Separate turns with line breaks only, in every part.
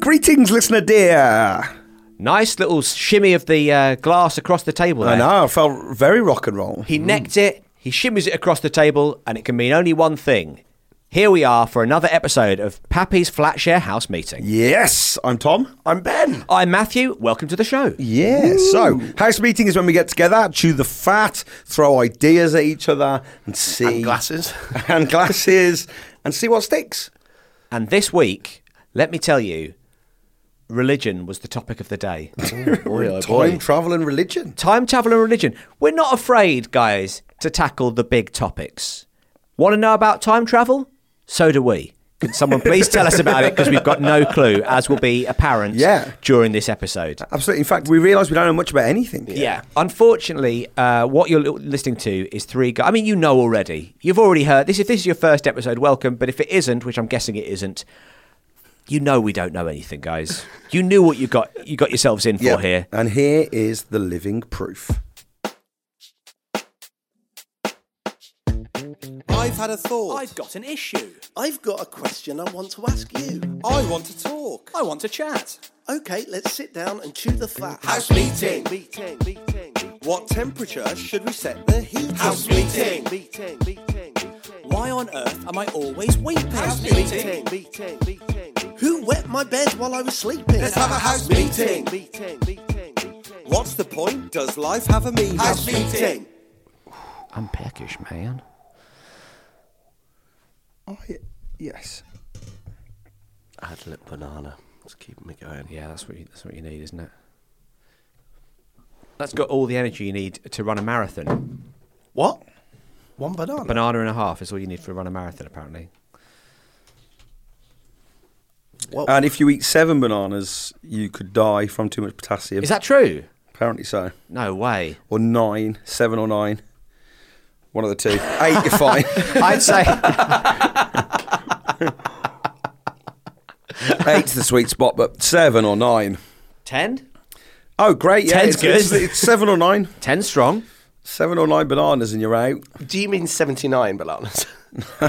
Greetings, listener dear.
Nice little shimmy of the uh, glass across the table there.
I know, I felt very rock and roll.
He necked it, he shimmies it across the table, and it can mean only one thing. Here we are for another episode of Pappy's Flatshare House Meeting.
Yes, I'm Tom.
I'm Ben.
I'm Matthew. Welcome to the show.
Yeah, so house meeting is when we get together, chew the fat, throw ideas at each other, and see.
And glasses.
and glasses, and see what sticks.
And this week, let me tell you, religion was the topic of the day.
Time, travel, and religion.
Time travel and religion. We're not afraid, guys, to tackle the big topics. Want to know about time travel? So do we. Can someone please tell us about it because we've got no clue, as will be apparent
Yeah.
during this episode.
Absolutely. In fact, we realise we don't know much about anything.
Yeah. Unfortunately, uh, what you're li- listening to is three guys. I mean, you know already. You've already heard this. If this is your first episode, welcome. But if it isn't, which I'm guessing it isn't, you know we don't know anything, guys. you knew what you got. You got yourselves in for
Yep.
here.
And here is the living proof.
I've had a thought. I've,
got an issue.
got a question I want to ask you.
I want to talk.
I want to chat.
Okay, let's sit down and chew the fat.
House meeting.
Meeting. Meeting.
What temperature should we set the heat?
House meeting. Meeting. Meeting.
Why on earth am I always weeping? House
Meeting. Meeting. Meeting.
Who wet my bed?
While I was sleeping.
Let's have a house meeting.
Meeting. Meeting. Meeting.
What's the point? Does life have a meaning?
House meeting.
I'm peckish, man.
Oh, Yes.
Adlet banana. Let's keep me going.
Yeah, that's what you, that's what you need, isn't it? That's got all the energy you need to run a marathon.
What? One banana.
Banana and a half is all you need for run a marathon, apparently.
And if you eat seven bananas, you could die from too much potassium.
Is that true?
Apparently so.
No way.
Or nine, seven or nine. One of the two. Eight, you're fine.
I'd say.
Eight's the sweet spot, but seven or nine.
Ten?
Oh, great. Yeah,
Ten's
it's, it's-
good.
it's seven or nine.
Ten strong.
Seven or nine bananas and you're out.
Do you mean 79 bananas?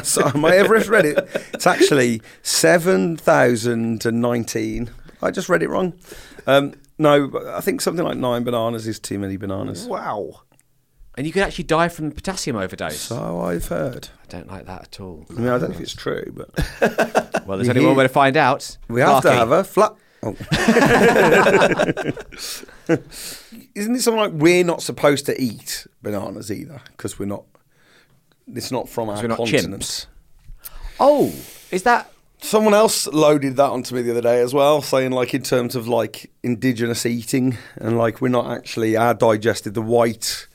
So my Everest read it. It's actually 7,019. I just read it wrong. Um, no, but I think something like nine bananas is too many bananas.
wow.
And you could actually die from potassium overdose.
So I've heard.
I don't like that at all.
I mean, I don't know if it's true, but
Well, there's only one way to find out.
we have to
Clarky.
have a flat. Oh. Isn't it something like we're not supposed to eat bananas either because we're not? It's not from our
we're not
continent.
chimps. Oh, is that?
Someone else loaded that onto me the other day as well, saying like in terms of like indigenous eating and like we're not actually our digestive the white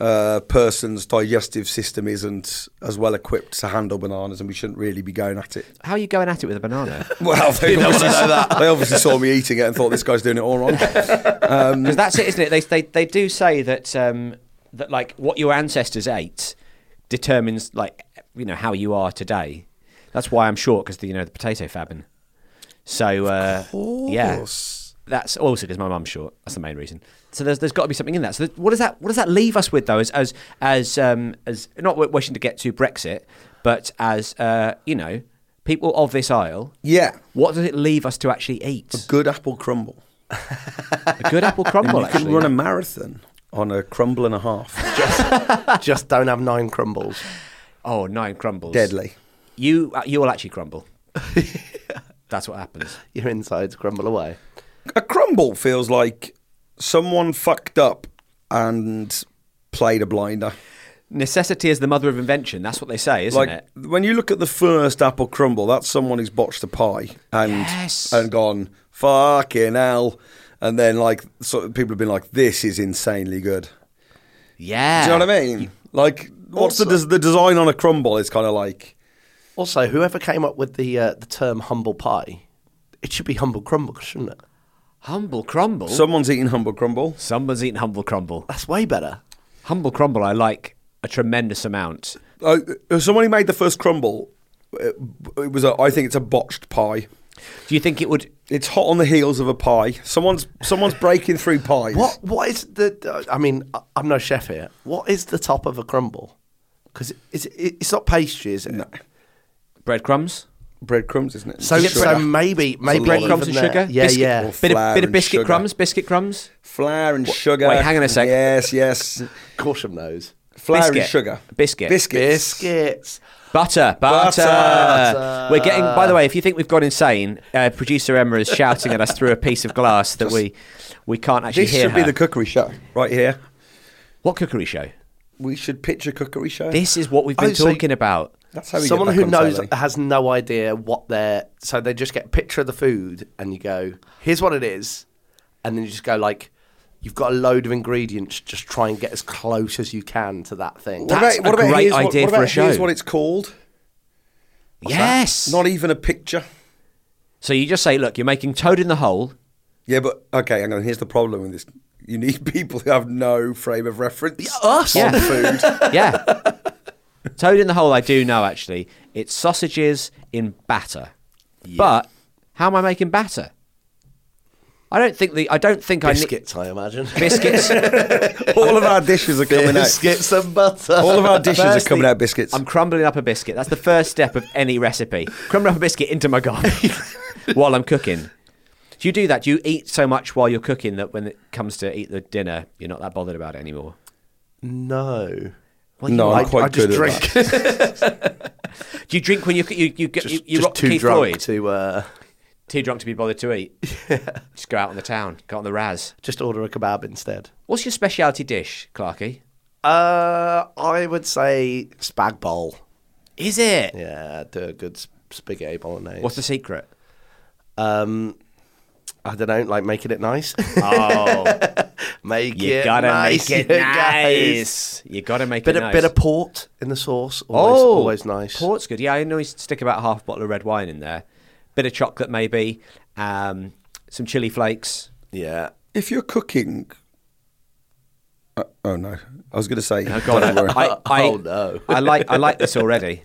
uh, person's digestive system isn't as well equipped to handle bananas and we shouldn't really be going at it.
How are you going at it with a banana?
Well, they, obviously, they obviously saw me eating it and thought this guy's doing it all wrong.
Because that's it, isn't it? They, they they do say that um, that like what your ancestors ate determines like you know how you are today. That's why I'm short because you know the potato famine. So uh, yeah, that's also because my mum's short. That's the main reason. So there's there's got to be something in that. So th- what does that what does that leave us with though? As as as um, as not w- wishing to get to Brexit, but as uh, you know, people of this aisle.
Yeah.
What does it leave us to actually eat?
Good apple crumble.
A good apple crumble.
you can
actually.
run a marathon on a crumble and a half.
Just don't have nine crumbles.
oh, nine crumbles.
Deadly.
You uh, you will actually crumble. That's what happens.
Your insides crumble away.
A crumble feels like someone fucked up and played a blinder.
Necessity is the mother of invention. That's what they say, isn't
like
it?
when you look at the first apple crumble, that's someone who's botched a pie and
Yes.
and gone fucking hell, and then like sort of people have been like, this is insanely good.
Yeah.
Do you know what I mean? Like, what's the
Also-
des- the design on a crumble is kind of like
Also, whoever came up with the uh, the term humble pie, it should be humble crumble, shouldn't it?
Humble crumble.
someone's eating humble crumble.
Someone's eaten humble crumble.
That's way better.
Humble crumble. I like a tremendous amount.
Uh, someone who made the first crumble, it, it was a, I think it's a botched pie.
Do you think it would?
It's hot on the heels of a pie. Someone's someone's breaking through pies.
What what is the? I mean, I- I'm no chef here. What is the top of a crumble? Because it's it's not pastry, is it? No.
Breadcrumbs.
breadcrumbs, isn't it?
So,
Sugar.
so
um,
maybe maybe
Breadcrumbs and
even there-
sugar.
Yeah,
Biscuit-
yeah.
Bit
flour
of, bit of
and
biscuit
sugar.
crumbs. Biscuit crumbs.
flour and sugar.
wait, hang on a sec.
Yes, yes.
Caution those.
Flour
Biscuit.
and sugar.
Biscuit.
Biscuits.
Biscuits.
Butter, butter, We're getting. By the way, if you think we've gone insane, uh, producer Emma is shouting at us through a piece of glass that we we can't actually
This
hear.
should be
her.
the cookery show right here.
what cookery show?
We should pitch a cookery show.
This is what we've been
Oh, so-
talking about.
That's how we
Someone
get back
who
on
knows
telly.
has no idea what they're. So they just get a picture of the food and you go, here's what it is. And then you just go, like, you've got a load of ingredients. Just try and get as close as you can to that thing.
What
That's
about, what
a
about
great
here's what-
idea
what
for
about
a show.
Here's what it's called.
yes.
Not even a picture.
so you just say, look, you're making toad in the hole.
Yeah, but okay, hang on. Here's the problem with this. You need people who have no frame of reference
us.
on
Yeah.
food.
Yeah. toad in the hole. I do know actually. It's sausages in batter. But how am I making batter? I don't think the. I don't think
Biscuits, I imagine.
I need biscuits.
All of our dishes are coming out.
Biscuits and butter.
All of our dishes are
First
coming
thing-
out biscuits.
I'm crumbling up a biscuit. That's the first step of any recipe. Crumble up a biscuit into my garden while I'm cooking. Do you do that? Do you eat so much while you're cooking that when it comes to eat the dinner, you're not that bothered about it anymore?
No.
no,
I,
I'm quite
I just
good at
drink.
that.
Do you drink when you you you get you,
just
you
just
rock
too
Keith
drunk
Floyd?
to uh,
Too drunk to be bothered to eat. Just go out on the town, go on the Raz.
just order a kebab instead.
What's your specialty dish, Clarky?
Uh, I would say spag bowl.
Is it?
Yeah, do a good s- spaghetti bolognese.
What's the secret?
um? I don't know, like making it nice.
Oh,
make
you
it
gotta
nice,
make it
you guys.
nice. You gotta make
Bit
it
of
nice. Oh,
bit of port in the sauce. Always, always nice.
Port's good. Yeah, I always stick about half a bottle of red wine in there. Bit of chocolate, maybe. Um, some chili flakes.
Yeah.
If you're cooking, uh, oh no, I was going to say.
Oh, God,
don't worry.
I, I,
Oh, no.
I like I like this already.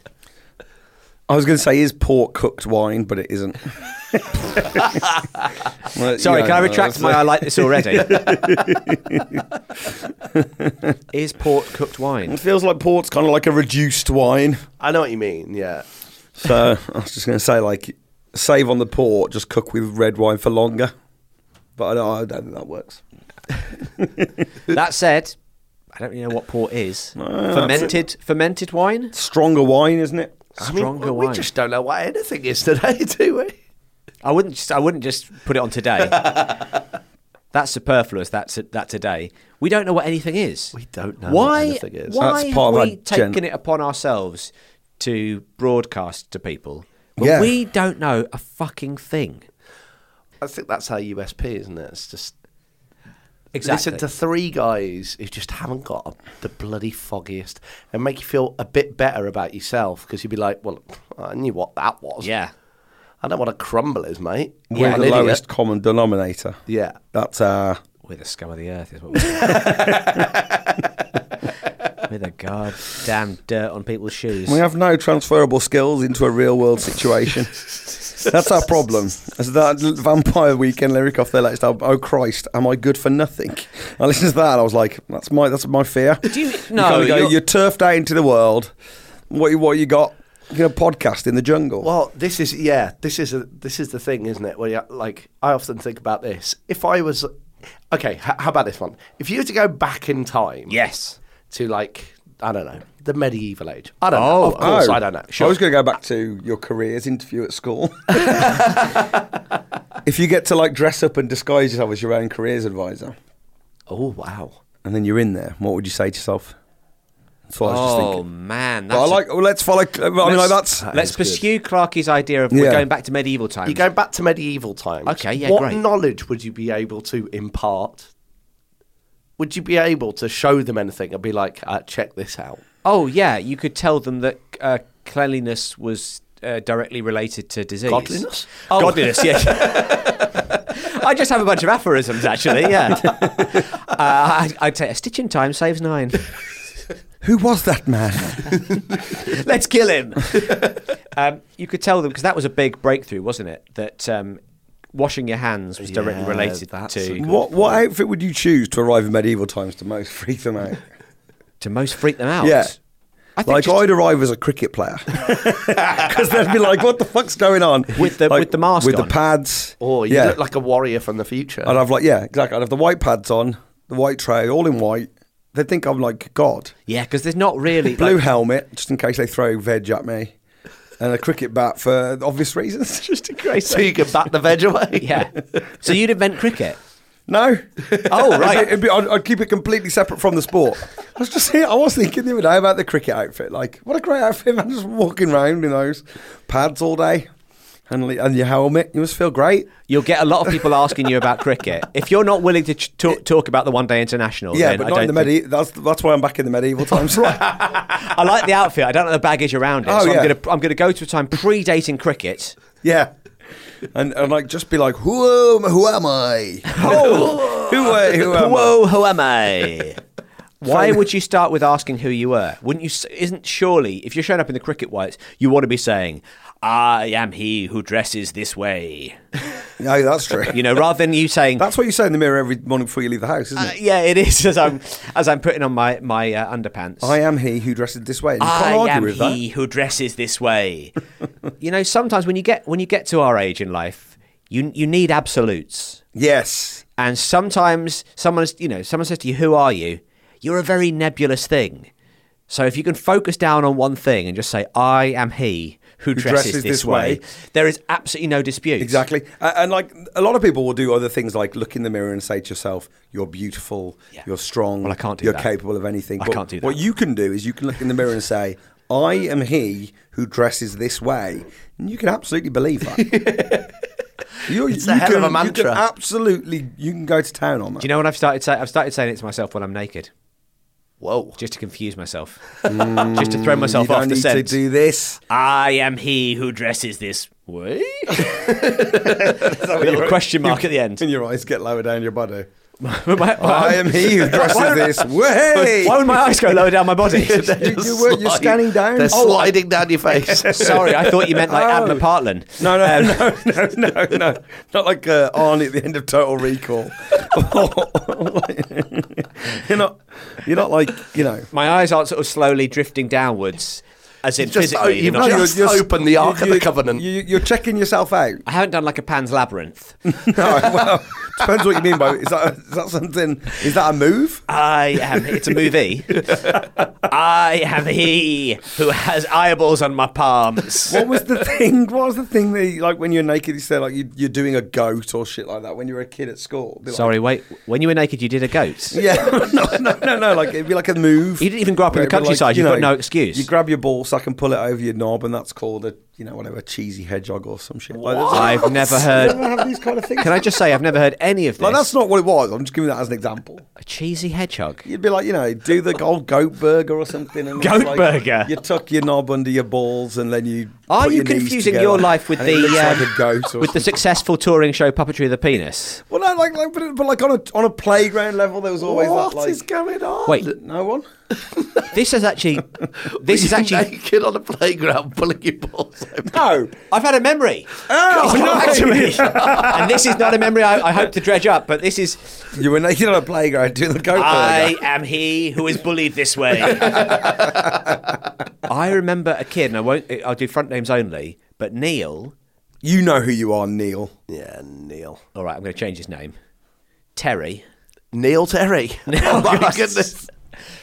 I was going to say is pork cooked wine, but it isn't. Well, you
Sorry,
know,
can I retract
that's-
my I like this already? Is port cooked wine?
It feels like port's kind of like a reduced wine.
I know what you mean. Yeah.
So I was just going to say, like, save on the port, just cook with red wine for longer. But I don't, I don't think that works.
That said, I don't really know what port is. fermented fermented wine?
Stronger wine, isn't it?
Stronger
I mean, we-
wine.
We just don't know what anything is today, do we?
I wouldn't. Just, I wouldn't just put it on today. That's superfluous. That's it, that today. We don't know what anything is.
We don't know what
why.
anything is.
Why
That's part of
have
our
we
gen-
taken it upon ourselves to broadcast to people? But
Yeah.
we don't know a fucking thing.
I think that's our USP, isn't it? It's just
Exactly.
listen to three guys who just haven't got a, the bloody foggiest and make you feel a bit better about yourself because you'd be like, well, I knew what that was.
yeah.
I know what a crumble is, mate.
We're
I'm
the
an idiot.
lowest common denominator.
Yeah.
That's uh, our.
We're the scum of the earth, is what we're. We're the goddamn dirt on people's shoes.
We have no transferable skills into a real world situation. That's our problem. As that l- Vampire Weekend lyric off their latest album, "Oh Christ, am I good for nothing?" I listened to that and I was like, "That's my that's my fear."
Do you,
you
no,
kinda go,
you're-
you're, turfed out into the world. What you- what you got? You get a podcast in the jungle.
Well, this is yeah, this is a, this is the thing, isn't it? Where you, like I often think about this. If I was okay, h- how about this one? If you were to go back in time,
yes.
to like I don't know the medieval age. I don't know. Of
Oh,
course, I don't know.
I was going to go back to your careers interview at school. if you get to like dress up and disguise yourself as your own careers advisor,
Oh wow.
and then you're in there, what would you say to yourself? That's what I was just
Oh
thinking.
man,
But I like. well, let's follow. I mean, like that's.
let's pursue Clarkey's idea of we're
Yeah.
going back to medieval times.
You go back to medieval times.
Okay, yeah,
What
great.
knowledge would you be able to impart? Would you be able to show them anything and be like, uh, check this out?
oh yeah, you could tell them that uh, cleanliness was uh, directly related to disease.
Godliness?
Oh. Godliness, yeah. I just have a bunch of aphorisms, actually. Yeah, uh, I, I'd say a stitch in time saves nine.
Who was that man?
Let's kill him. um, you could tell them because that was a big breakthrough, wasn't it? That um, washing your hands was directly
Yeah,
related
that's a
to
good-
what what outfit would you choose to arrive in medieval times to most freak them out?
to most freak them out.
Yeah.
I think
Like
just-
I'd arrive as a cricket player because they'd be like, "What the fuck's going on?"
With the-
Like,
with the mask
with
on. Oh,
the pads.
Or you
yeah,
look like a warrior from the future.
I'd have like yeah, exactly. I'd have the white pads on, the white tray, all in white. They'd think I'm like God.
yeah, because there's not really
Blue
like-
helmet, just in case they throw veg at me, and a cricket bat for obvious reasons. just in case.
so you can bat the veg away.
yeah. So you'd invent cricket.
No.
Oh
It'd be- it'd be- I'd, I'd keep it completely separate from the sport. I was just saying, I was thinking the other day about the cricket outfit. Like, what a great outfit, man! Just walking around in those pads all day, and le- and your helmet. You must feel great.
You'll get a lot of people asking you about cricket. If you're not willing to ch- talk, talk about the one day international,
Yeah,
then
but
I
not in the
don't Oh,
medi. That's that's why I'm back in the medieval times. right.
think- I like the outfit. I don't know the baggage around it.
Oh,
so I'm
yeah.
gonna I'm gonna go to a time predating cricket.
Yeah. And, and like just be like, who am, who am I? Oh, who, a- who am I?
Whoa, who am I? Why would you start with asking who you were? Wouldn't you? s- Isn't surely if you're showing up in the cricket whites, you want to be saying, "I am he who dresses this way."
No, that's true.
You know, rather than you saying,
That's what you say in the mirror every morning before you leave the house, isn't
Uh,
it?
yeah, it is as I'm as I'm putting on my my uh, underpants.
I am he who dresses this way. And you
I
can't argue
am
with
he who dresses this way. you know, sometimes when you get when you get to our age in life, you you need absolutes,
that. Yes.
and sometimes someone's you know someone says to you, "Who are you?" You're a very nebulous thing. So if you can focus down on one thing and just say, "I am he who dresses, this, way," there is absolutely no dispute.
Exactly. A- And like a lot of people will do other things like look in the mirror and say to yourself, you're beautiful,
Yeah.
you're strong,
Well, I can't do
you're
that.
capable of anything.
I
But
can't do that.
What you can do is you can look in the mirror and say, I am he who dresses this way. And you can absolutely believe that. You're,
It's a hell of
can,
a
You
mantra.
can absolutely, you can go to town on that.
Do you know what I've started saying? I've started saying it to myself when I'm naked,
Whoa.
just to confuse myself, just to throw myself
Mm, you
off
don't
the
need
scent.
to do this.
I am he who dresses this way. Little question mark at the end.
And your eyes get lower down your body.
My- my-
I am he who dresses this way.
Why would my eyes go lower down my body?
You- you were- you're scanning down.
They're
Oh, I-
sliding down your face.
Sorry, I thought you meant like
Oh.
Abner Partland.
No, no, no, no, no, no. Not like uh, Arnie at the end of Total Recall. you're not, you're not like you know.
My eyes aren't sort of slowly drifting downwards, as in
Just- oh,
physically. they're
you've
not-
just- open the Ark of the Covenant.
You, you're checking yourself out.
I haven't done like a Pan's Labyrinth.
No, well, depends what you mean by is that. Is that something? Is that a move?
I am. It's a movie. I am he who has eyeballs on my palms.
What was the thing? What was the thing that you- like when you're naked? You say like you, you're doing a goat or shit like that when you were a kid at school. Be like-
Sorry, wait. When you were naked, you did a goat.
Yeah, no, no, no, no. Like it'd be like a move.
You didn't even grow up in
Where
the
it'd be
countryside, you've got no excuse.
You grab your ball sack and pull it over your knob, and that's called a you know whatever cheesy hedgehog or some shit. Like, there's-
I've never
You
heard.
never have these kind of things.
Can I just say I've never heard any of this?
Like that's not what it was. I'm just giving that as an example.
a cheesy hedgehog.
You'd be like, you know, do the old goat burger or something. And it's
Goat
like
burger.
You tuck your knob under your balls and then you.
Are
put
you
your knees
confusing
together
your life with
and it
the,
looks like
um,
a goat or
With the
something.
successful touring show Puppetry of the Penis.
Well, no, like, like, but, but like on a on a playground level, there was always
What
that. Like,
is going on?
Wait,
no one.
this is actually. This is
You're
actually.
naked on a playground pulling your balls. over.
No.
I've had a memory.
Oh,
It's
no.
not actually. and this is not a memory I, I hope to dredge up, but this is.
You were naked on a playground doing the goat burger.
I am he who is bullied this way. I remember a kid, and I won't. I'll do front names only, but Neil.
You know who you are, Neil.
Yeah, Neil.
All right, I'm going to change his name. Terry.
Neil Terry. oh my goodness.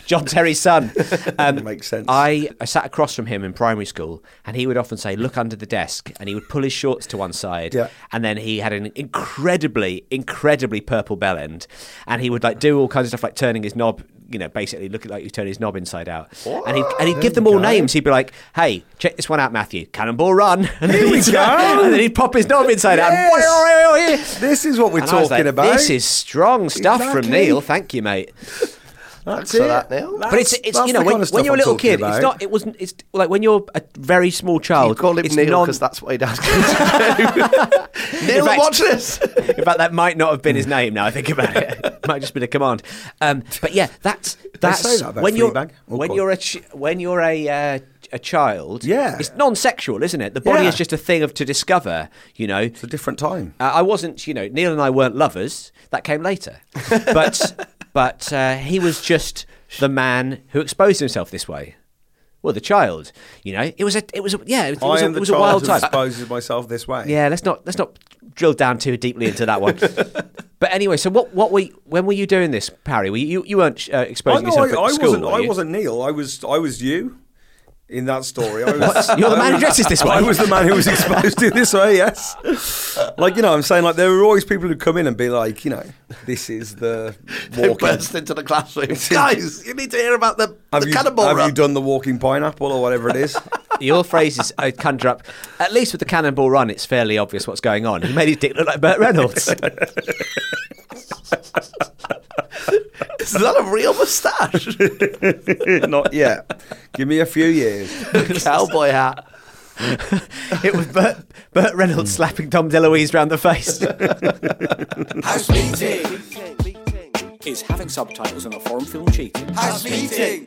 John Terry's son. Um,
Makes sense.
I, I sat across from him in primary school, and he would often say, "Look under the desk," and he would pull his shorts to one side,
Yeah.
and then he had an incredibly, incredibly purple bell end, and he would like do all kinds of stuff like turning his knob. You know, basically looking like you turn his knob inside out, and he and he'd give them all names. He'd be like, "Hey, check this one out, Matthew. Cannonball Run." And then, he'd, and then he'd pop his knob inside out. And
Yes. This is what we're
And I was
talking
like,
about.
This is strong stuff
Exactly.
from Neil. Thank you, mate.
that's
So
it.
that, Neil.
but it's it's
that's
you know
the
when,
kind of
when
stuff
you're a
I'm
little
talking
kid, it's
about.
not it wasn't it's like when you're a very small child.
You call him
it's
Neil
non-
because that's what he does. Neil,
In fact-
watch this.
In fact, that might not have been his name. Now I think about it, it might just been a command. Um, but yeah, that's that's
say that about
when you're
Fleabag. Oh,
when
God.
you're a ch- when you're a uh, a child.
Yeah.
it's non-sexual, isn't it? The body
Yeah.
is just a thing of to discover. You know,
It's a different time.
Uh, I wasn't, you know, Neil and I weren't lovers. That came later. But but uh, he was just the man who exposed himself this way. Well, the child, you know, it was a, it was a, yeah, it was,
I
a,
am
it
the
was a
child
wild
who
time.
exposes myself this way.
Yeah, let's not let's not drill down too deeply into that one. but anyway, so what what were you, when were you doing this, Parry? Were you you, you weren't uh,
I
exposing
know.
yourself
I,
at
I
school?
wasn't.
were
I
you?
wasn't Neil. I was. I was you. In that story, I was,
You're the man who dresses this way.
I was the man who was exposed to this way. Yes, like you know, I'm saying like there were always people who come in and be like, you know, this is the
They
walking.
burst into the classroom. Guys, you need to hear about the,
Have,
the
you,
cannonball
have
run.
you done the walking pineapple or whatever it is?
Your phrases I conjure up. At least with the cannonball run, it's fairly obvious what's going on. He made his dick look like Burt Reynolds.
Is that a real moustache?
Not yet. Oh, Give me a few years.
Cowboy hat.
It was Burt, Burt Reynolds slapping Tom DeLuise round the face.
House meeting
meeting, meeting,
is having subtitles on a foreign film cheating.
house meeting.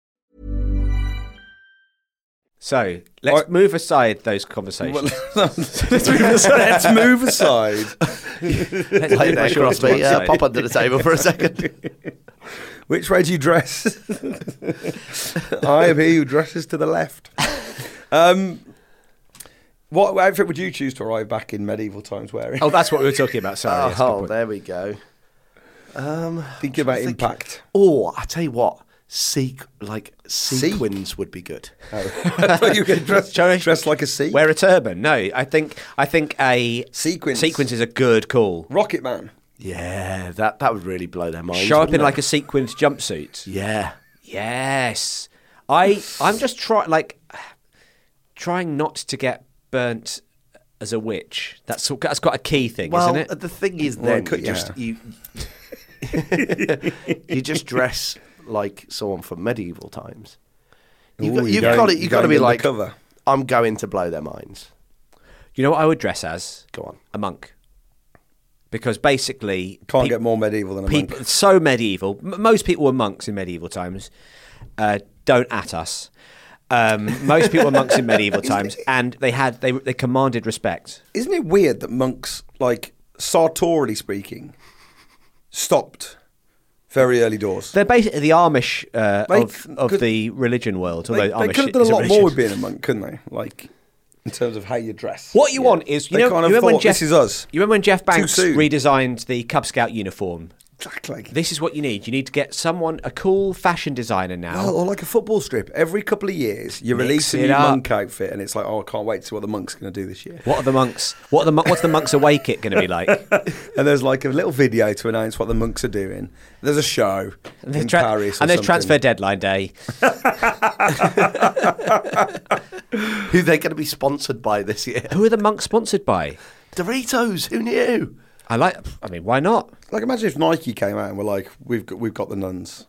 So let's move aside those conversations.
Let's move aside. Let's move aside.
Let's
Lay
move my
there,
shorts to
Crosby.
one
Uh,
side.
pop under the table for a second.
Which way do you dress? I am he who dresses to the left. Um, what outfit would you choose to arrive back in medieval times wearing?
Oh, that's what we were talking about. Sorry. yes, good
oh,
point.
there we go.
Think about impact.
Or Oh, I tell you what, seek like sequins would be good.
Uh, I thought you were gonna dress,
Shall I-
dress like a sea.
Wear a turban. No, I think I think a
Sequins.
Sequins is a good call.
Rocket Man.
Yeah, that that would really blow their minds.
Show up in
wouldn't
like a
it?
sequined jumpsuit.
yeah.
Yes. I I'm just trying like trying not to get burnt as a witch. That's that's quite a key thing,
Well,
isn't it?
the thing is,
Well,
then
could-
you
yeah.
just you you just dress like someone from medieval times. You've,
Ooh,
got,
you're
you've
going-
got to
you're
you've got to
going
be like
undercover.
I'm going to blow their minds.
You know what I would dress as?
Go on.
A monk. Because basically,
Can't
peop-
get more medieval than a
peop-
monk.
So medieval. M- most people were monks in medieval times. Uh, don't at us. Um, most people were monks in medieval times, and they had they they commanded respect.
Isn't it weird that monks, like sartorially speaking, stopped very early doors?
They're basically the Amish uh,
They
of,
c-
of
could-
the religion world. Although
They, they
Amish
could have done a
is
lot
religion.
more with being a monk, couldn't they? Like in terms of how you dress.
What you want is you
They
know,
kind
you
of
remember when
thought,
Jeff,
"This is us."
You remember when Jeff
Too
Banks
soon.
redesigned the Cub Scout uniform?
Exactly.
This is what you need. You need to get someone, a cool fashion designer now.
Well, or like a football strip. Every couple of years, you
Mix
release a
it
new
up.
monk outfit, and it's like, oh, I can't wait to see what the monk's going to do this year.
What are the monks? What are the mon- what's the monks away kit going to be like?
And there's like a little video to announce what the monks are doing. There's a show in
Tra-
Paris, or
and there's
something.
transfer deadline day.
Who they're going to be sponsored by this year?
Who are the monks sponsored by?
Doritos. Who knew?
I like. I mean, why not?
Like, imagine if Nike came out and were like, "We've got, we've got the nuns."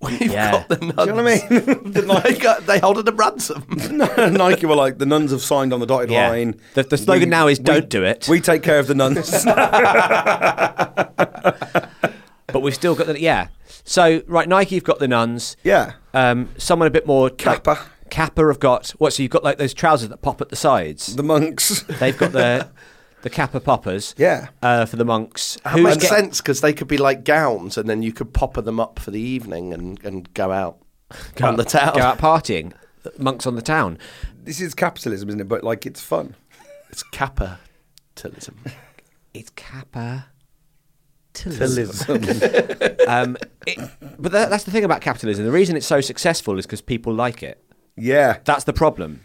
We've
Yeah.
got the nuns.
Do you know what I mean?
they, got, they hold it to ransom.
No, Nike were like, "The nuns have signed on the dotted
Yeah.
line."
The- the slogan now is, "Don't do it."
We take care of the nuns.
But we've still got the yeah. So right, Nike, you've got the nuns.
yeah,
Um, someone a bit more
Kappa.
Like, Kappa have got what? So you've got like those trousers that pop at the sides.
the monks.
They've got the the Kappa poppers.
Yeah.
Uh, for the monks.
That makes
get-
sense because they could be like gowns, and then you could popper them up for the evening and, and go out
go
on the
out-
town.
Go out partying. Monks on the town.
This is capitalism, isn't it? But like, it's fun.
It's capitalism.
It's Kappa.
Capitalism.
Um, it, but that, that's the thing about capitalism. The reason it's so successful is because people like it.
yeah.
That's the problem.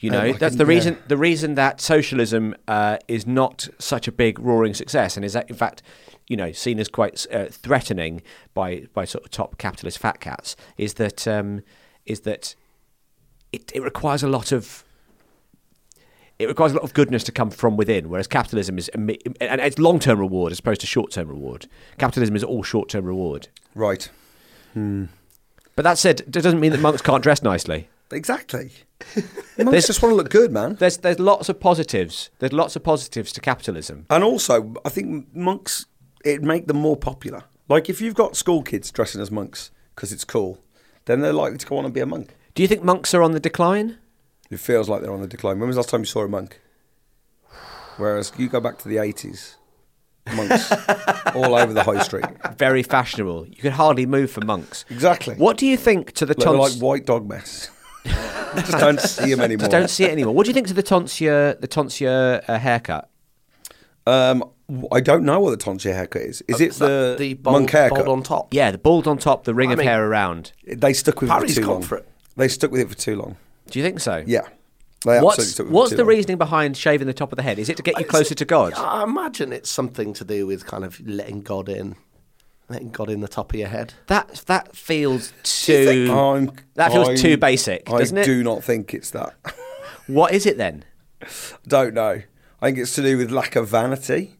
You know,
I
that's
can-
the
yeah.
reason. The reason that socialism uh, is not such a big roaring success, and is that in fact, you know, seen as quite uh, threatening by by sort of top capitalist fat cats, is that um, is that it, it requires a lot of it requires a lot of goodness to come from within, whereas capitalism is imme- and it's long term reward as opposed to short term reward. Capitalism is all short term reward.
Right.
But that said, it doesn't mean that monks can't dress nicely.
Exactly. The monks just want to look good, man.
There's there's lots of positives. There's lots of positives to capitalism.
And also, I think monks it make them more popular. Like if you've got school kids dressing as monks because it's cool, then they're likely to go on and be a monk.
Do you think monks are on the decline?
It feels like they're on the decline. When was the last time you saw a monk? Whereas you go back to the eighties, monks all over the high street.
Very fashionable. You could hardly move for monks.
Exactly.
What do you think to the
Like, they're
tons?
like white dog mess. just don't see them anymore.
just don't see it anymore. What do you think to the tonsure the tonsure uh, haircut?
um, I don't know what the tonsure haircut is. Is it
Uh, Is
the,
that the bold,
monk haircut?
bold on top.
Yeah, the bald on top, the ring
I
of
mean-
hair around.
They stuck with
Parry's
it for too
gone
long.
for it.
They stuck with it for too long.
Do you think so?
Yeah. They absolutely
What's
stuck with it for
what's
too
the
long.
reasoning behind shaving the top of the head? Is it to get you
It's-
closer to God?
I imagine it's something to do with kind of letting God in, letting God in the top of your head.
That that feels too.
I'm,
that feels
I'm-
too basic,
I
doesn't it?
do not think it's that.
What is it then?
Don't know. I think it's to do with lack of vanity.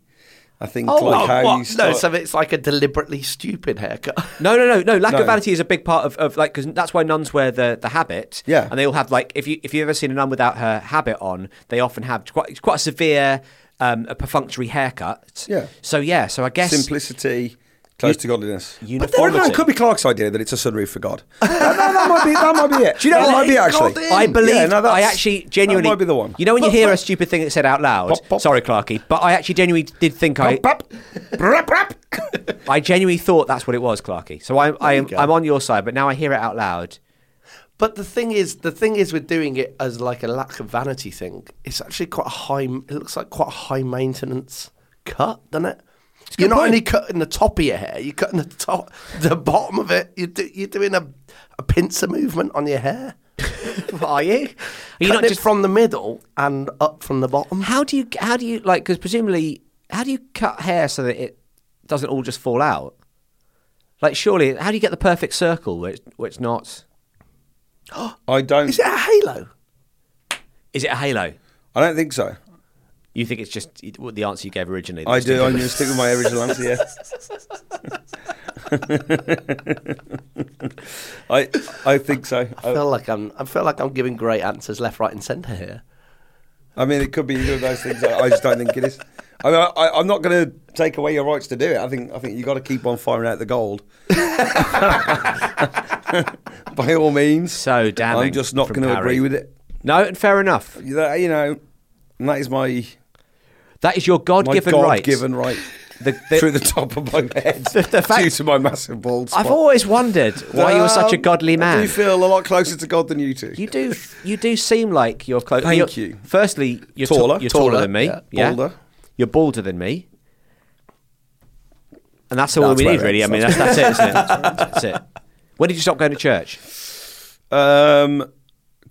I think
Oh,
like how
what?
you
no!
start.
So it's like a deliberately stupid haircut.
No, no, no, no. Lack
No.
of vanity is a big part of, of like because that's why nuns wear the, the habit.
Yeah.
and they all have like if you if you have ever seen a nun without her habit on, they often have quite it's quite a severe, um, a perfunctory haircut.
Yeah.
So yeah, so I guess
simplicity, close to godliness.
Uniformity.
Or no, it could be Clark's idea that it's a sunroof for God. that, that- that might be. That might be it. Do you know what might be actually?
I believe
Yeah, no, that's-
I actually genuinely
That might be the one.
You know when you
Pop,
hear a
pop.
stupid thing that's said out loud.
Pop, pop.
Sorry, Clarky, but I actually genuinely did think I
Pop, pop. Brap, brap.
I genuinely thought that's what it was, Clarky. So I'm I'm,
go.
I'm on your side, but now I hear it out loud.
But the thing is, the thing is, with doing it as like a lack of vanity thing, it's actually quite a high. It looks like quite a high maintenance cut, doesn't it? You're not only cutting the top of your hair, you're cutting the top, the bottom of it. You're, do, you're doing a, a pincer movement on your hair.
Are you? Are you
Cutting
not
it
just
from the middle and up from the bottom.
How do you how do you like because presumably how do you cut hair so that it doesn't all just fall out? Like surely how do you get the perfect circle where it's, where it's not?
I don't.
Is it a halo?
Is it a halo?
I don't think so.
You think it's just what the answer you gave originally?
I do. I'm going to stick with my original answer. Yeah. I I think so.
I
I,
feel like I'm. I feel like I'm giving great answers left, right, and centre here.
I mean, it could be either of those things. I, I just don't think it is. I mean, I, I, I'm not going to take away your rights to do it. I think I think you got to keep on firing out the gold. By all means.
So damning
I'm just not
from
going to
Harry.
agree with it.
No, and fair enough.
That, you know, and that is my
That is your
my
God-given right.
God-given right.
The- the-
through the top of my head
fact-
due to my massive bald spot.
I've always wondered why you're such a
Um,
godly
I
man.
do feel a lot closer to God than you two.
You do. You do seem like you're close.
Thank
you're-
you.
Firstly, you're ta-
Taller,
you're taller,
taller,
than me.
yeah.
Yeah.
Balder.
You're balder than me. And that's all
That's
we
where
need,
it
really. I
ends.
mean, that's, that's it, isn't it? That's it. When did you stop going to church?
Um,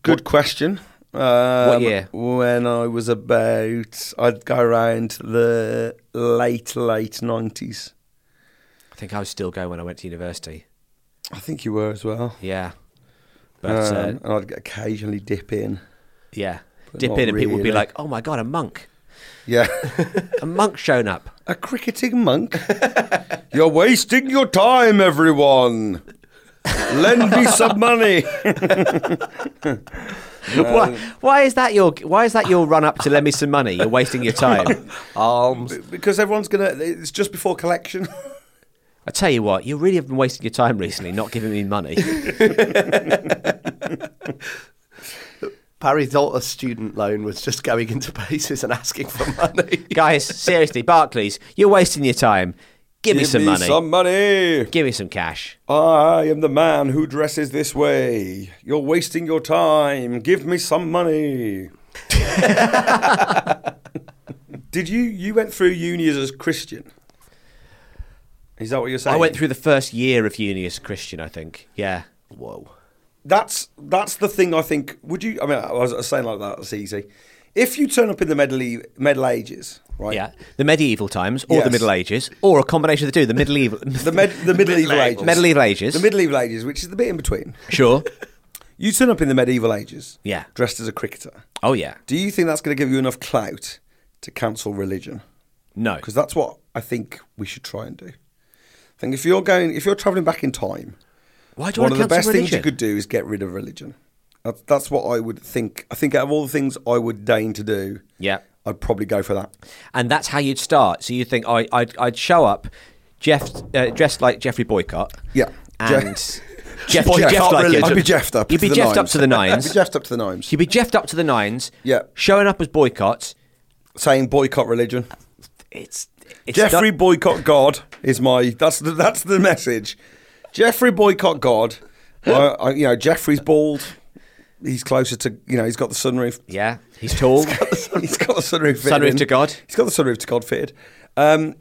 good question. Um,
year?
When I was about, I'd go around the late late nineties.
I think I was still going when I went to university.
I think you were as well.
Yeah.
Um,
But
and
uh,
I'd occasionally dip in.
yeah,
but
dip in
not
and people would be
really.
like, "Oh my god, a monk!
Yeah,
A monk shown up."
a cricketing monk. You're wasting your time, everyone. Lend me some money. Um,
why, why is that your Why is that your run up to lend me some money? You're wasting your time.
Arms.
because everyone's gonna. It's just before collection.
I tell you what, you really have been wasting your time recently, not giving me money.
Barry thought a student loan was just going into bases and asking for money.
Guys, seriously, Barclays, you're wasting your time. Give, me some money.
Some money.
Give me some cash.
I am the man who dresses this way. You're wasting your time. Give me some money. Did you you went through uni as a Christian? Is that what you're saying?
I went through the first year of uni as a Christian, I think. Yeah.
Whoa.
That's that's the thing. I think. Would you? I mean, I was saying like that. It's easy. If you turn up in the Middle E- Middle Ages, right?
Yeah. The medieval times or the
Yes.
Middle Ages or a combination of the two, the medieval
The med, the medieval ages.
Medieval Ages.
The medieval ages, which is the bit in between.
Sure.
You turn up in the medieval ages.
Yeah.
Dressed as a cricketer.
Oh yeah.
Do you think that's going to give you enough clout to cancel religion?
No.
Because that's what I think we should try and do. I think if you're going, if you're travelling back in time,
Why do you
one
want
of the
to cancel
best
religion?
things you could do is get rid of religion. That- That's what I would think. I think out of all the things I would deign to do,
Yeah.
I'd probably go for that.
and that's how you'd start. So you think I, I'd, I'd show up, Jeff uh, dressed like Jeffrey Boycott.
Yeah.
and
Jeff-
Jeff,
Boycott
Jeff like
religion.
it.
I'd be Jeffed up
You'd be
to the
Jeffed up
nines.
to the nines.
I'd be Jeffed up to the nines.
You'd be Jeffed up to the nines.
Yeah.
showing up as boycotts.
Saying boycott religion.
It's, it's
Jeffrey
not-
boycott God is my that's the, that's the message. Jeffrey boycott God. I, I, you know Jeffrey's bald. He's closer to you know he's got the sunroof.
yeah, he's tall.
he's got the sunroof. Fitted
Sunroof
in.
to God.
He's got the sunroof to God fitted. Um,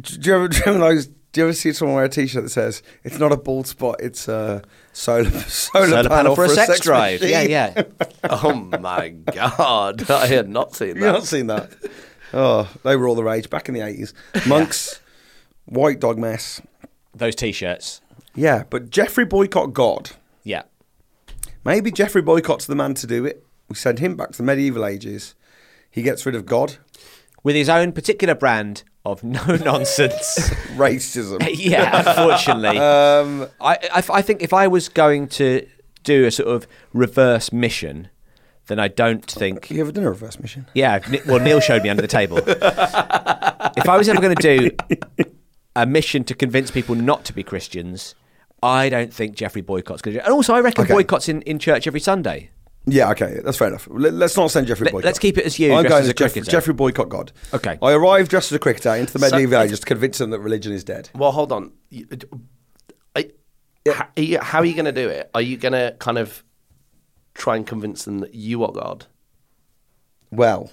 do, do you ever do you ever, notice- do you ever see someone wear a T-shirt that says it's not a bald spot, it's a solar solar,
Solar panel for a sex, drive.
machine."
Yeah, yeah.
Oh my God. I had not seen
You not
that.
seen that? Oh, they were all the rage back in the eighties. Monks, white dog mess.
Those t-shirts.
Yeah, but Jeffrey Boycott God.
Yeah.
Maybe Jeffrey Boycott's the man to do it. We send him back to the medieval ages. He gets rid of God,
With his own particular brand of no nonsense.
racism.
yeah, unfortunately. I, I, I think if I was going to do a sort of reverse mission, then I don't think.
you ever done a reverse mission?
Yeah, Ni- well, Neil showed me under the table. if I was ever going to do a mission to convince people not to be Christians, I don't think Jeffrey Boycott's going to do And also, I reckon
Okay.
Boycott's in, in church every Sunday.
Yeah, okay, that's fair enough. Let, us not send Jeffrey
Let-
Boycott.
let's keep it as you,
I'm
dressed
going
as
as
a
Jeff-
cricketer.
Jeffrey Boycott God.
Okay.
I arrived dressed as a cricketer into the
So-
medieval ages to convince them that religion is dead.
Well, hold on. You- I- How are you- how are you going to do it? Are you going to kind of try and convince them that you are God?
Well,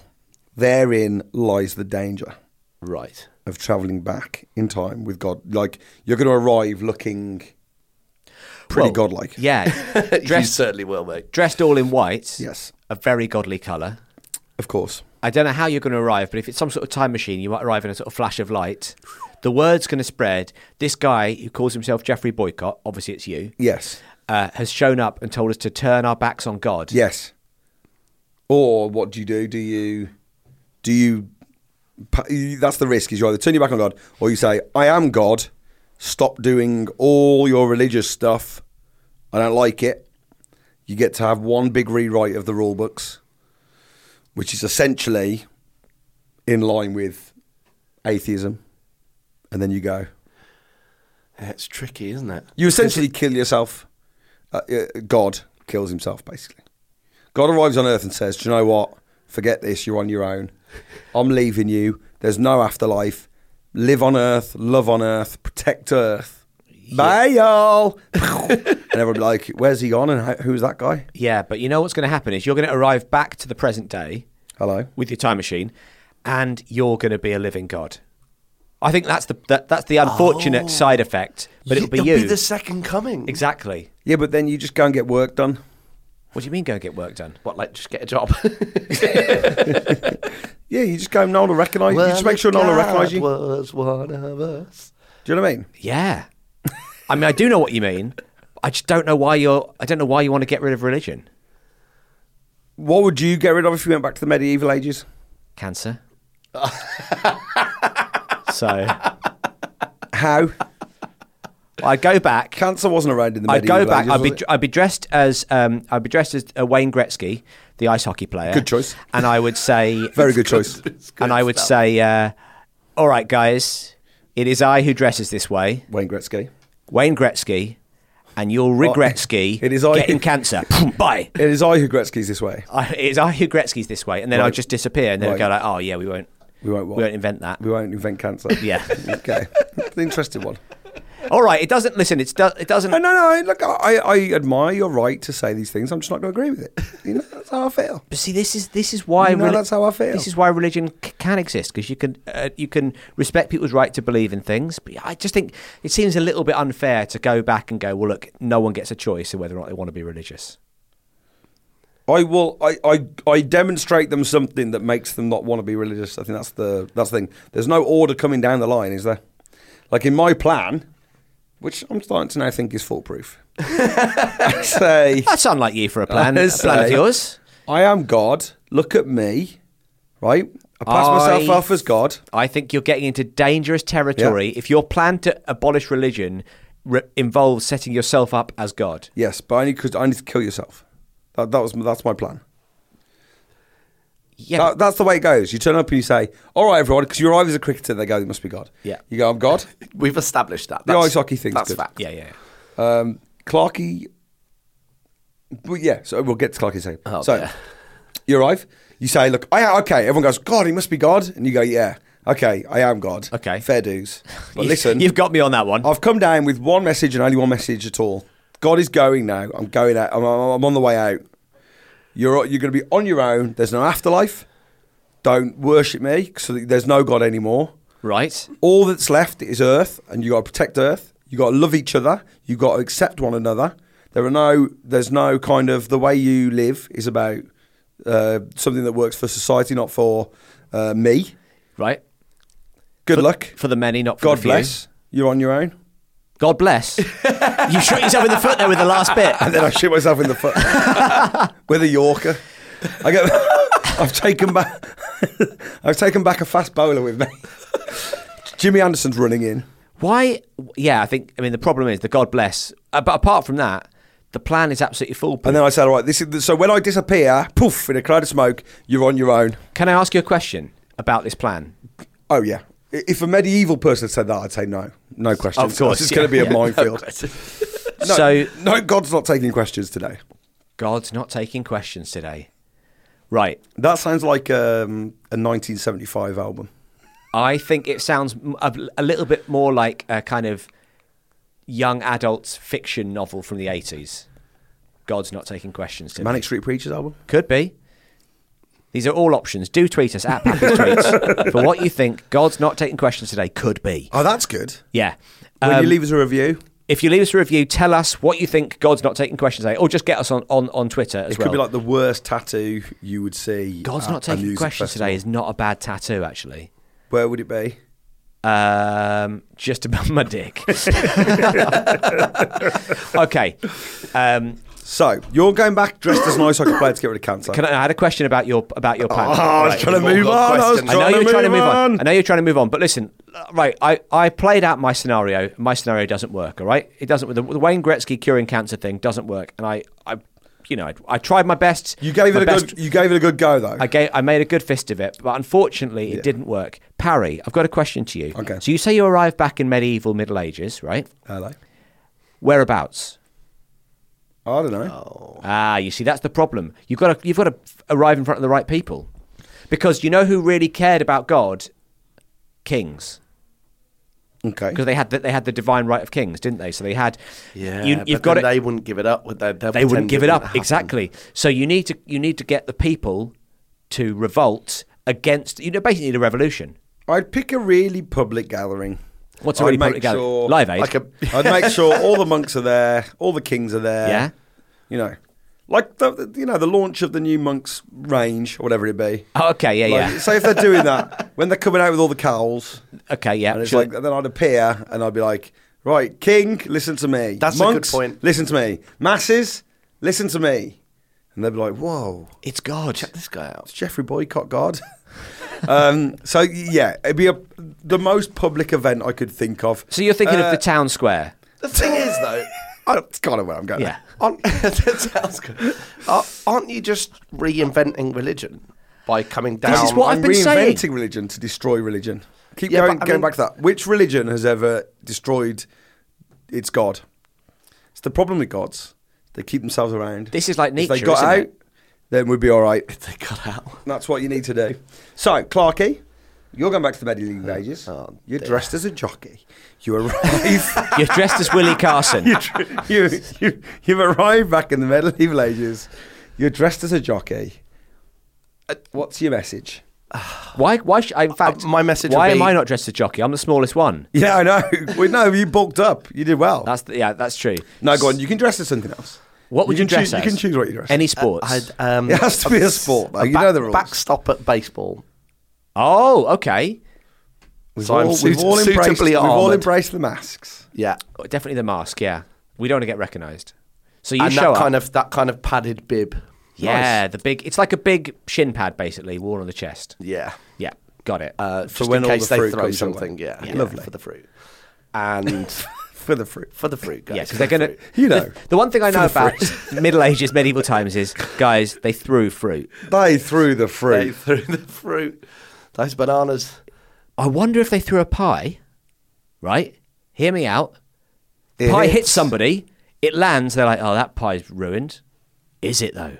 therein lies the danger
Right.
of travelling back in time with God. Like, you're going to arrive looking pretty
Well,
godlike.
Yeah.
You
dressed,
certainly will, mate.
dressed all in white.
Yes.
A very godly colour.
Of course.
I don't know how you're going to arrive, but if it's some sort of time machine, you might arrive in a sort of flash of light. The word's going to spread. This guy who calls himself Jeffrey Boycott, obviously it's you,
Yes.
uh, has shown up and told us to turn our backs on God.
Yes. Or what do you do? Do you do you? pa- you- That's the risk. Is you either turn your back on God or you say, "I am God. Stop doing all your religious stuff. I don't like it." You get to have one big rewrite of the rule books, which is essentially in line with atheism, and then you go.
It's tricky, isn't it?
You essentially kill yourself. Uh, uh, God kills himself, basically. God arrives on earth and says, Do you know what? Forget this. You're on your own. I'm leaving you. There's no afterlife. Live on earth, love on earth, protect earth. Bye, y'all. and everyone be like, Where's he gone? And how, who's that guy?
Yeah, but you know what's going to happen is you're going to arrive back to the present day
Hello.
with your time machine and you're going to be a living God. I think that's the that, that's the unfortunate side effect, but it'll be
Oh. You'll
you.
the second coming.
exactly.
Yeah, but then you just go and get work done.
What do you mean go get work done?
What, like, just get a job?
Yeah, you just go and no one will recognise you. Just make sure no one will recognise you.
was one of us.
Do you know what I mean?
Yeah. I mean, I do know what you mean. I just don't know why you're I don't know why you want to get rid of religion.
What would you get rid of if you went back to the medieval ages?
Cancer. so
How?
I'd go back.
Cancer wasn't around in the
I'd
medieval
go back.
ages,
I'd be,
was it?
I'd be dressed as um, I'd be dressed as uh, Wayne Gretzky, the ice hockey player.
Good choice.
And I would say
Very good choice.
and I would say, uh, all right, guys, it is I who dresses this way,
Wayne Gretzky.
Wayne Gretzky, and you'll regret ski
Oh, it is I-
getting cancer. Bye.
It is I who Gretzky's this way.
I, it is I who Gretzky's this way, and then I'll
Right.
just disappear, and then
Right.
go like, oh yeah, we won't,
We won't what?
we won't invent that.
We won't invent cancer.
Yeah.
okay. It's an interesting one.
All right, it doesn't. Listen, it's do, it doesn't.
No, no, no. Look, I, I admire your right to say these things. I'm just not going to agree with it. You know, that's how I feel.
But see, this is this is why
No, that's how I feel.
This is why religion c- can exist because you can uh, you can respect people's right to believe in things. But I just think it seems a little bit unfair to go back and go, well, look, no one gets a choice in whether or not they want to be religious.
I will. I, I, I demonstrate them something that makes them not want to be religious. I think that's the that's the thing. There's no order coming down the line, is there? Like in my plan, which I'm starting to now think is foolproof. I say
That's unlike you for a plan.
I
A plan of
say-
yours.
I am God. Look at me, right? I pass
I-
myself off as God.
I think you're getting into dangerous territory
Yeah.
if your plan to abolish religion re- involves setting yourself up as God.
Yes, but I need cause I need to kill yourself. That, that was that's my plan.
Yeah,
That, that's the way it goes. You turn up and you say, "All right, everyone," because you're either a cricketer. They go, "They must be God."
Yeah.
You go, "I'm God."
We've established that.
The
That's-
ice hockey thing's
That's
good.
fact.
yeah, yeah. yeah.
Um, Clarkey. Well, yeah, so we'll get to Clarkey soon.
Oh,
so
dear.
you arrive, you say, Look, I am, okay. Everyone goes, God, he must be God. And you go, Yeah, okay, I am God.
Okay.
Fair dues. But
You-
listen,
you've got me on that one.
I've come down with one message and only one message at all. God is going now. I'm going out. I'm, I'm, I'm on the way out. You're, you're going to be on your own. There's no afterlife. Don't worship me. So there's no God anymore
right.
all that's left is Earth, and you got to protect Earth. You got to love each other. You got to accept one another. There are no, there's no kind of the way you live is about uh, something that works for society, not for uh, me.
Right.
Good luck.
For the many, not for
God
the few.
bless. You're on your own.
God bless. you shot yourself in the foot there with the last bit.
And then I shit myself in the foot with a Yorker. I go. I've taken back. I've taken back a fast bowler with me. Jimmy Anderson's running in.
Why? Yeah, I think. I mean, the problem is the God bless. Uh, but apart from that, the plan is absolutely foolproof.
And then I said, "All right, this is." So when I disappear, poof, in a cloud of smoke, you're on your own.
Can I ask you a question about this plan?
Oh yeah. I- If a medieval person had said that, I'd say no, no questions.
Of course,
it's
yeah.
going to be a
Yeah, no
minefield. No,
So-
no, God's not taking questions today.
God's not taking questions today. Right.
That sounds like um, a 1975 album.
I think it sounds m- a, a little bit more like a kind of young adults fiction novel from the 80s. God's not taking questions today.
Manic Street Preachers album.
Could be. These are all options. Do tweet us at Pappy's Tweets for what you think God's not taking questions today could be.
Oh, that's good.
Yeah.
When
Um,
you leave us a review,
if you leave us a review, tell us what you think God's not taking questions today, or just get us on, on, on Twitter as
it
well.
could be like the worst tattoo you would see.
God's
at
not
a
taking
music
questions
festival.
today is not a bad tattoo, actually.
Where would it be?
Um, just above my dick. okay. Um,
So you're going back dressed as an ice hockey player to get rid of cancer.
can I, I had a question about your about your plan.
Oh, I was
Right.
trying to move
got
on. I was
questions.
trying,
I know
to,
you're
move
trying to move on.
on.
I know you're trying to move on, but listen, uh, right? I, I played out my scenario. My scenario doesn't work. All right, it doesn't. The, the Wayne Gretzky curing cancer thing doesn't work, and I, I you know, I, I tried my best.
You gave
my
it a
best-
good. You gave it a good go though.
I gave, I made a good fist of it, but unfortunately, it didn't work. Parry, I've got a question to you.
Okay.
So you say you arrive back in medieval Middle Ages, right?
Hello.
Whereabouts?
I don't know. Oh.
Ah, you see, that's the problem. You've got to you've got to arrive in front of the right people, because you know who really cared about God? Kings.
Okay.
because they had the, they had the divine right of kings, didn't they? So they had.
Yeah,
you,
but
you've got
then
it.
They wouldn't give it up. Would they? They'll
They wouldn't
pretend
give
it
it
didn't
up
happen.
exactly. So you need to you need to get the people to revolt against. You know, basically need a revolution.
I'd pick a really public gathering.
What's a really
I'd make
public gathering?
Sure,
Live Aid?
Like a, I'd make sure all the monks are there, all the kings are there.
Yeah.
You know, like the, the- you know the launch of the new monks range, or whatever it be.
Oh, okay, yeah,
Like,
yeah.
Say if they're doing that when they're coming out with all the cowls,
Okay, yeah.
and it's
sure.
like then I'd appear and I'd be like, right, king, listen to me.
That's a good
monks,
point.
Listen to me, masses, listen to me, and they'd be like, whoa.
it's God.
This guy out.
It's Jeffrey Boycott God. um, so yeah, it'd be a, the most public event I could think of.
So you're thinking
Uh,
of the town square?
The thing is, though,
I, it's kind of where I'm going.
Yeah.
aren't, that sounds good. Ar- aren't you just reinventing religion by coming down?
This is what
Um, I'm
I've been saying.
reinventing religion to destroy religion. Keep
Yeah,
going,
but I
going
mean-
back to that. Which religion has ever destroyed its God? It's the problem with gods. They keep themselves around.
This is like
If
Nietzsche,
they got
isn't
out,
it?
then we'd be all right.
they got out.
That's what you need to do. So, Clarky, you're going back to the medieval ages.
oh,
you're
dear.
dressed as a jockey. You arrive.
You're dressed as Willie Carson.
you, tr- you, you, you've arrived back in the medieval ages. You're dressed as a jockey. Uh, What's your message?
Why? Why? Sh- I- in fact,
Uh, my message
Why
would be-
am I not dressed as jockey? I'm the smallest one.
Yeah, I know. we know you bulked up. You did well.
That's the, yeah. That's true.
no, go on. You can dress as something else.
What would you,
can
dress
choose,
as?
You can choose what you dress.
Any
as.
sports?
I'd, um,
It has to be a sport, though. You know the rules.
Backstop at baseball.
oh, okay.
We've
So I'm
all,
suit-
we've all embraced.
suitably
We've all
armoured.
embraced the masks.
Yeah,
Oh, Definitely the mask. Yeah. We don't want to get recognised. So you
and
show
that kind
up.
of that kind of padded bib.
yeah, the big. It's like a big shin pad, basically, worn on the chest.
Yeah,
Yeah, got it.
uh,
For
just
when
in
all
case
the
they
fruit
throw
comes your way.
something. Yeah,
Yeah.
yeah,
Lovely.
for the fruit and
For the fruit.
for the fruit, guys.
yeah, because they're
for the
going to.
fruit.
You know.
the, the one thing I know about Middle Ages, medieval times is guys they threw fruit.
They threw the fruit.
They threw the fruit. Those bananas.
I wonder if they threw a pie, right? Hear me out.
It
pie hits.
hits.
somebody, it lands, they're like, oh, that pie's ruined. Is it though?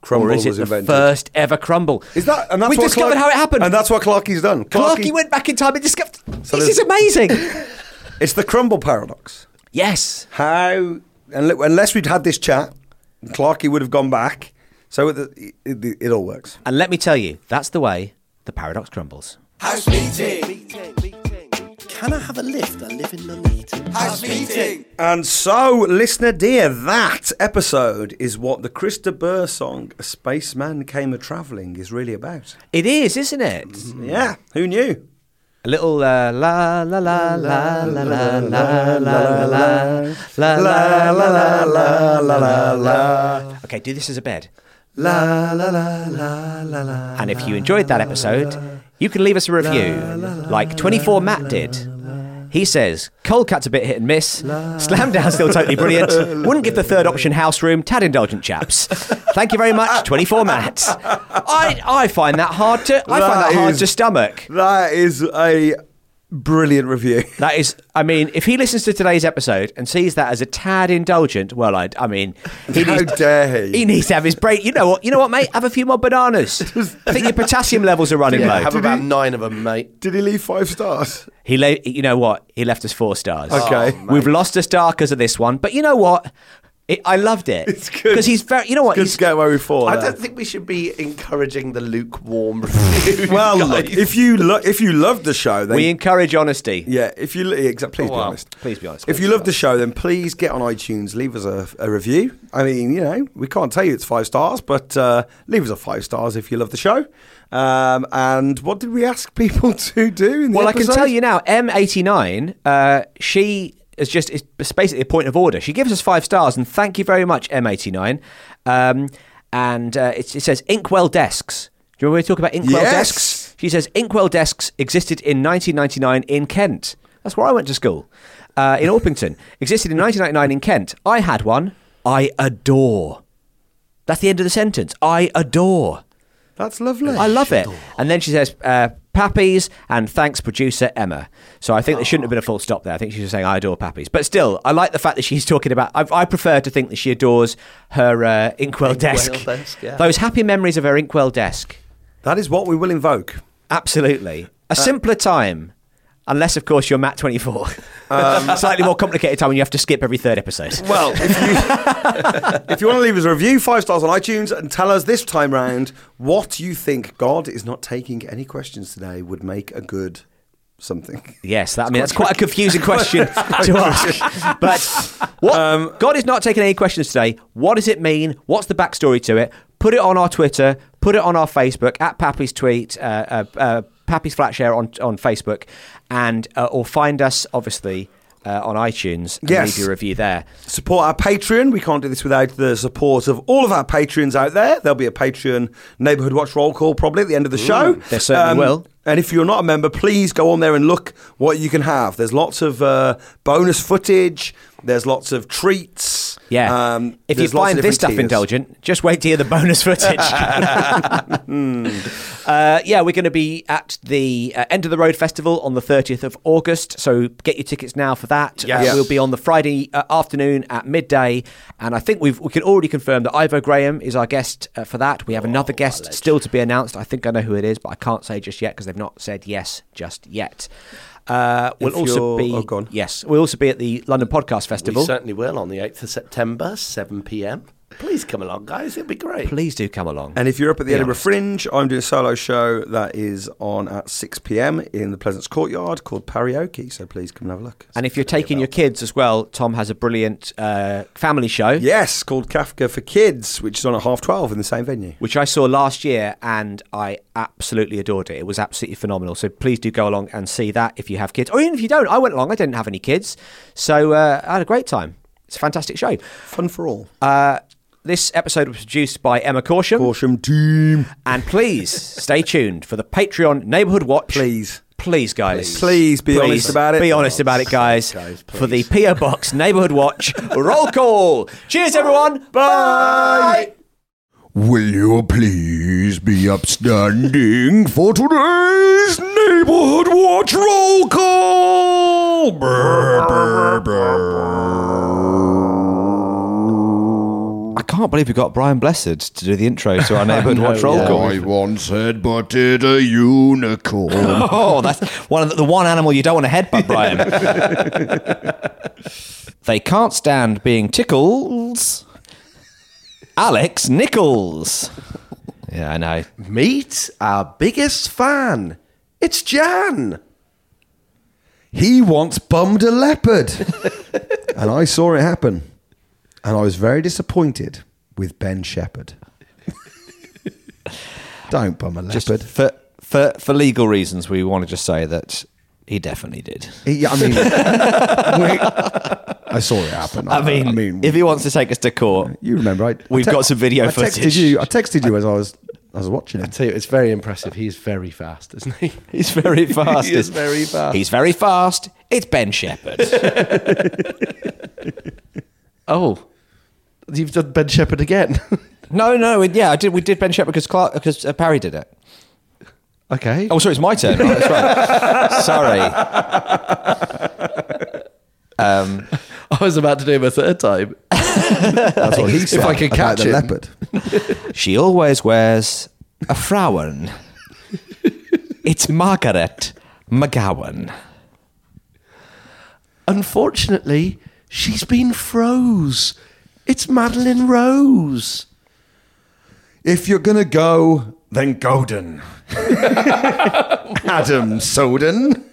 Crumble
or is it
was
the
invented.
first ever crumble?
Is that? And that's
We've
what
discovered
Clark-
how it happened.
And that's what Clarky's done.
Clarky went back in time and discovered. this
there's-
is amazing.
It's the crumble paradox.
yes.
How? And look, unless we'd had this chat, Clarky would have gone back. So it, it, it, it all works.
And let me tell you, that's the way the paradox crumbles.
House meeting.
meeting, meeting,
Can I have a lift? I live in Nuneaton.
House meeting.
And so, listener dear, that episode is what the Krista Burr song "A Spaceman Came a Travelling" is really about.
It is, isn't it?
Yeah, who knew?
A little uh, la la la la la la la la la la la la la la la la. Okay, do this as a bed.
La la la la la la.
And if you enjoyed that episode, you can leave us a review, like 24 Matt did. He says, Cold Cut's a bit hit and miss. Slam Down still totally brilliant. Wouldn't give the third option house room. Tad indulgent chaps. Thank you very much, 24 Matt. I, I find that hard to I find that
That
hard
is-
to stomach.
That is a brilliant review.
That is, I mean, if he listens to today's episode and sees that as a tad indulgent, well, I, I mean, he
How
needs,
dare he.
He needs to have his break. You know what? You know what, mate? Have a few more bananas. I think your potassium levels are running low.
Have about nine of them, mate.
Did he leave five stars?
He, le- you know what? He left us four stars.
Okay. Oh,
we've lost a star because of this one, but you know what? It, I loved it.
It's good.
because he's very. You know what?
Good
He's
to get away with four.
I
there.
don't think we should be encouraging the lukewarm review.
Well, look, if you lo- if you love the show, then
we encourage honesty.
yeah, if you li- exa- please be
Wow.
honest,
Oh, Please be honest.
If you love the show, then please get on iTunes, leave us a, a review. I mean, you know, we can't tell you it's five stars, but uh, leave us a five stars if you love the show. Um, and what did we ask people to do? In the
well, I
episode?
can tell you now, M89, uh, she is just, it's basically a point of order. She gives us five stars, and thank you very much, M89. Um, and uh, it, it says Inkwell Desks. Do you remember we talk about Inkwell
Yes.
Desks? She says Inkwell Desks existed in 1999 in Kent. That's where I went to school, uh, in Orpington. Existed in 1999 in Kent. I had one. I adore. That's the end of the sentence. I adore.
that's lovely.
I love it. And then she says, uh, Pappies and thanks, producer Emma. So I think there shouldn't have been a full stop there. I think she was saying, I adore Pappies. But still, I like the fact that she's talking about, I, I prefer to think that she adores her uh, inkwell, desk.
desk, yeah.
Those happy memories of her inkwell desk.
That is what we will invoke.
Uh,
Absolutely. A simpler time. Unless, of course, you're Matt 24.
Um,
Slightly more complicated time when you have to skip every third episode.
Well, if you, if you want to leave us a review, five stars on iTunes, and tell us this time round what you think God is not taking any questions today would make a good something.
Yes, that, I mean, that's quite a confusing question to ask. But what, God is not taking any questions today. What does it mean? What's the backstory to it? Put it on our Twitter. Put it on our Facebook at Pappy's tweet, uh, uh, uh, Pappy's flat share on on Facebook, and uh, or find us obviously uh, on iTunes. And
Yes.
leave your review there.
Support our Patreon. We can't do this without the support of all of our patrons out there. There'll be a Patreon neighbourhood watch roll call probably at the end of the show. Um,
there certainly will.
And if you're not a member, please go on there and look what you can have. There's lots of uh, bonus footage. There's lots of treats. Um,
Yeah. if you
there's lots
find
of
this
different
stuff
tiers.
indulgent, just wait to hear the bonus footage. uh, yeah, we're going to be at the uh, End of the Road Festival on the 30th of August. So get your tickets now for that. Uh,
Yes.
we'll be on the Friday uh, afternoon at midday. And I think we've, we can already confirm that Ivo Graham is our guest uh, for that. We have another
Oh,
guest still to be announced. I think I know who it is, but I can't say just yet because they've not said yes just yet. Uh, we'll
If
also
you're-
be
oh, go on.
yes, we'll also be at the London Podcast Festival.
We certainly will on the 8th of September, 7 p.m. Please come along, guys. It'll be great.
Please do come along.
And if you're up at the
Be
Edinburgh
honest.
Fringe, I'm doing a solo show that is on at 6 p.m. in the Pleasance Courtyard called Parioki. So please come and have a look.
And if you're taking your kids as well, Tom has a brilliant uh, family show,
yes, called Kafka for Kids, which is on at half 12 in the same venue.
which I saw last year and I absolutely adored it. It was absolutely phenomenal. So please do go along and see that if you have kids. Or even if you don't, I went along, I didn't have any kids. So uh, I had a great time. It's a fantastic show.
Fun for all.
Uh, this episode was produced by Emma Corsham.
Awesome team.
And please stay tuned for the Patreon Neighborhood Watch.
Please.
Please, guys.
Please be honest about it.
Be honest about it, guys.
Guys, please.
for the PO Box Neighborhood Watch roll call. Cheers, everyone. Bye.
Will you please be upstanding for today's Neighborhood Watch Roll Call? Brr, brr,
I can't believe we got Brian Blessed to do the intro to our Neighborhood Watch roll
brr. I once headbutted a unicorn.
Oh, that's one of the, the one animal you don't want to headbutt, Brian. they can't stand being tickles. Alex Nichols. Yeah, I know.
Meet our biggest fan. It's Jan.
He once bummed a leopard. and I saw it happen. And I was very disappointed with Ben Shepherd. Don't bum a
Just
leopard.
for for for legal reasons, we want to just say that he definitely did.
He- I mean, we- I saw it happen.
I mean, if he wants to take us to court,
You remember, I,
We've
I
got some video
I texted
footage.
you. I texted you as I was I was watching it.
Tell you, it's very impressive. He's very fast, isn't he?
he's very fast.
he is very fast.
He's very fast. It's Ben Shepherd.
oh, you've done Ben Shepherd again.
no, no, we- yeah, I did. We did Ben Shepherd because Clark because uh, Parry did it.
okay.
Oh, sorry, it's my turn. Right, that's right. sorry. Um,
I was about to do him a third time.
That's what he said.
I could
about
catch
the
him.
leopard.
she always wears a frown. It's Margaret McGowan.
Unfortunately, she's been froze. It's Madeline Rose.
If you're gonna go, then Golden. Adam Soden.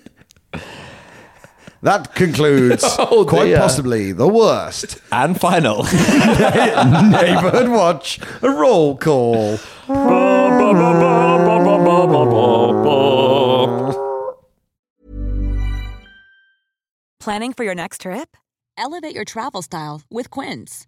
That concludes quite
Oh, dear.
possibly the worst
And final.
neighborhood watch a roll call.
Planning for your next trip? Elevate your travel style with Quince.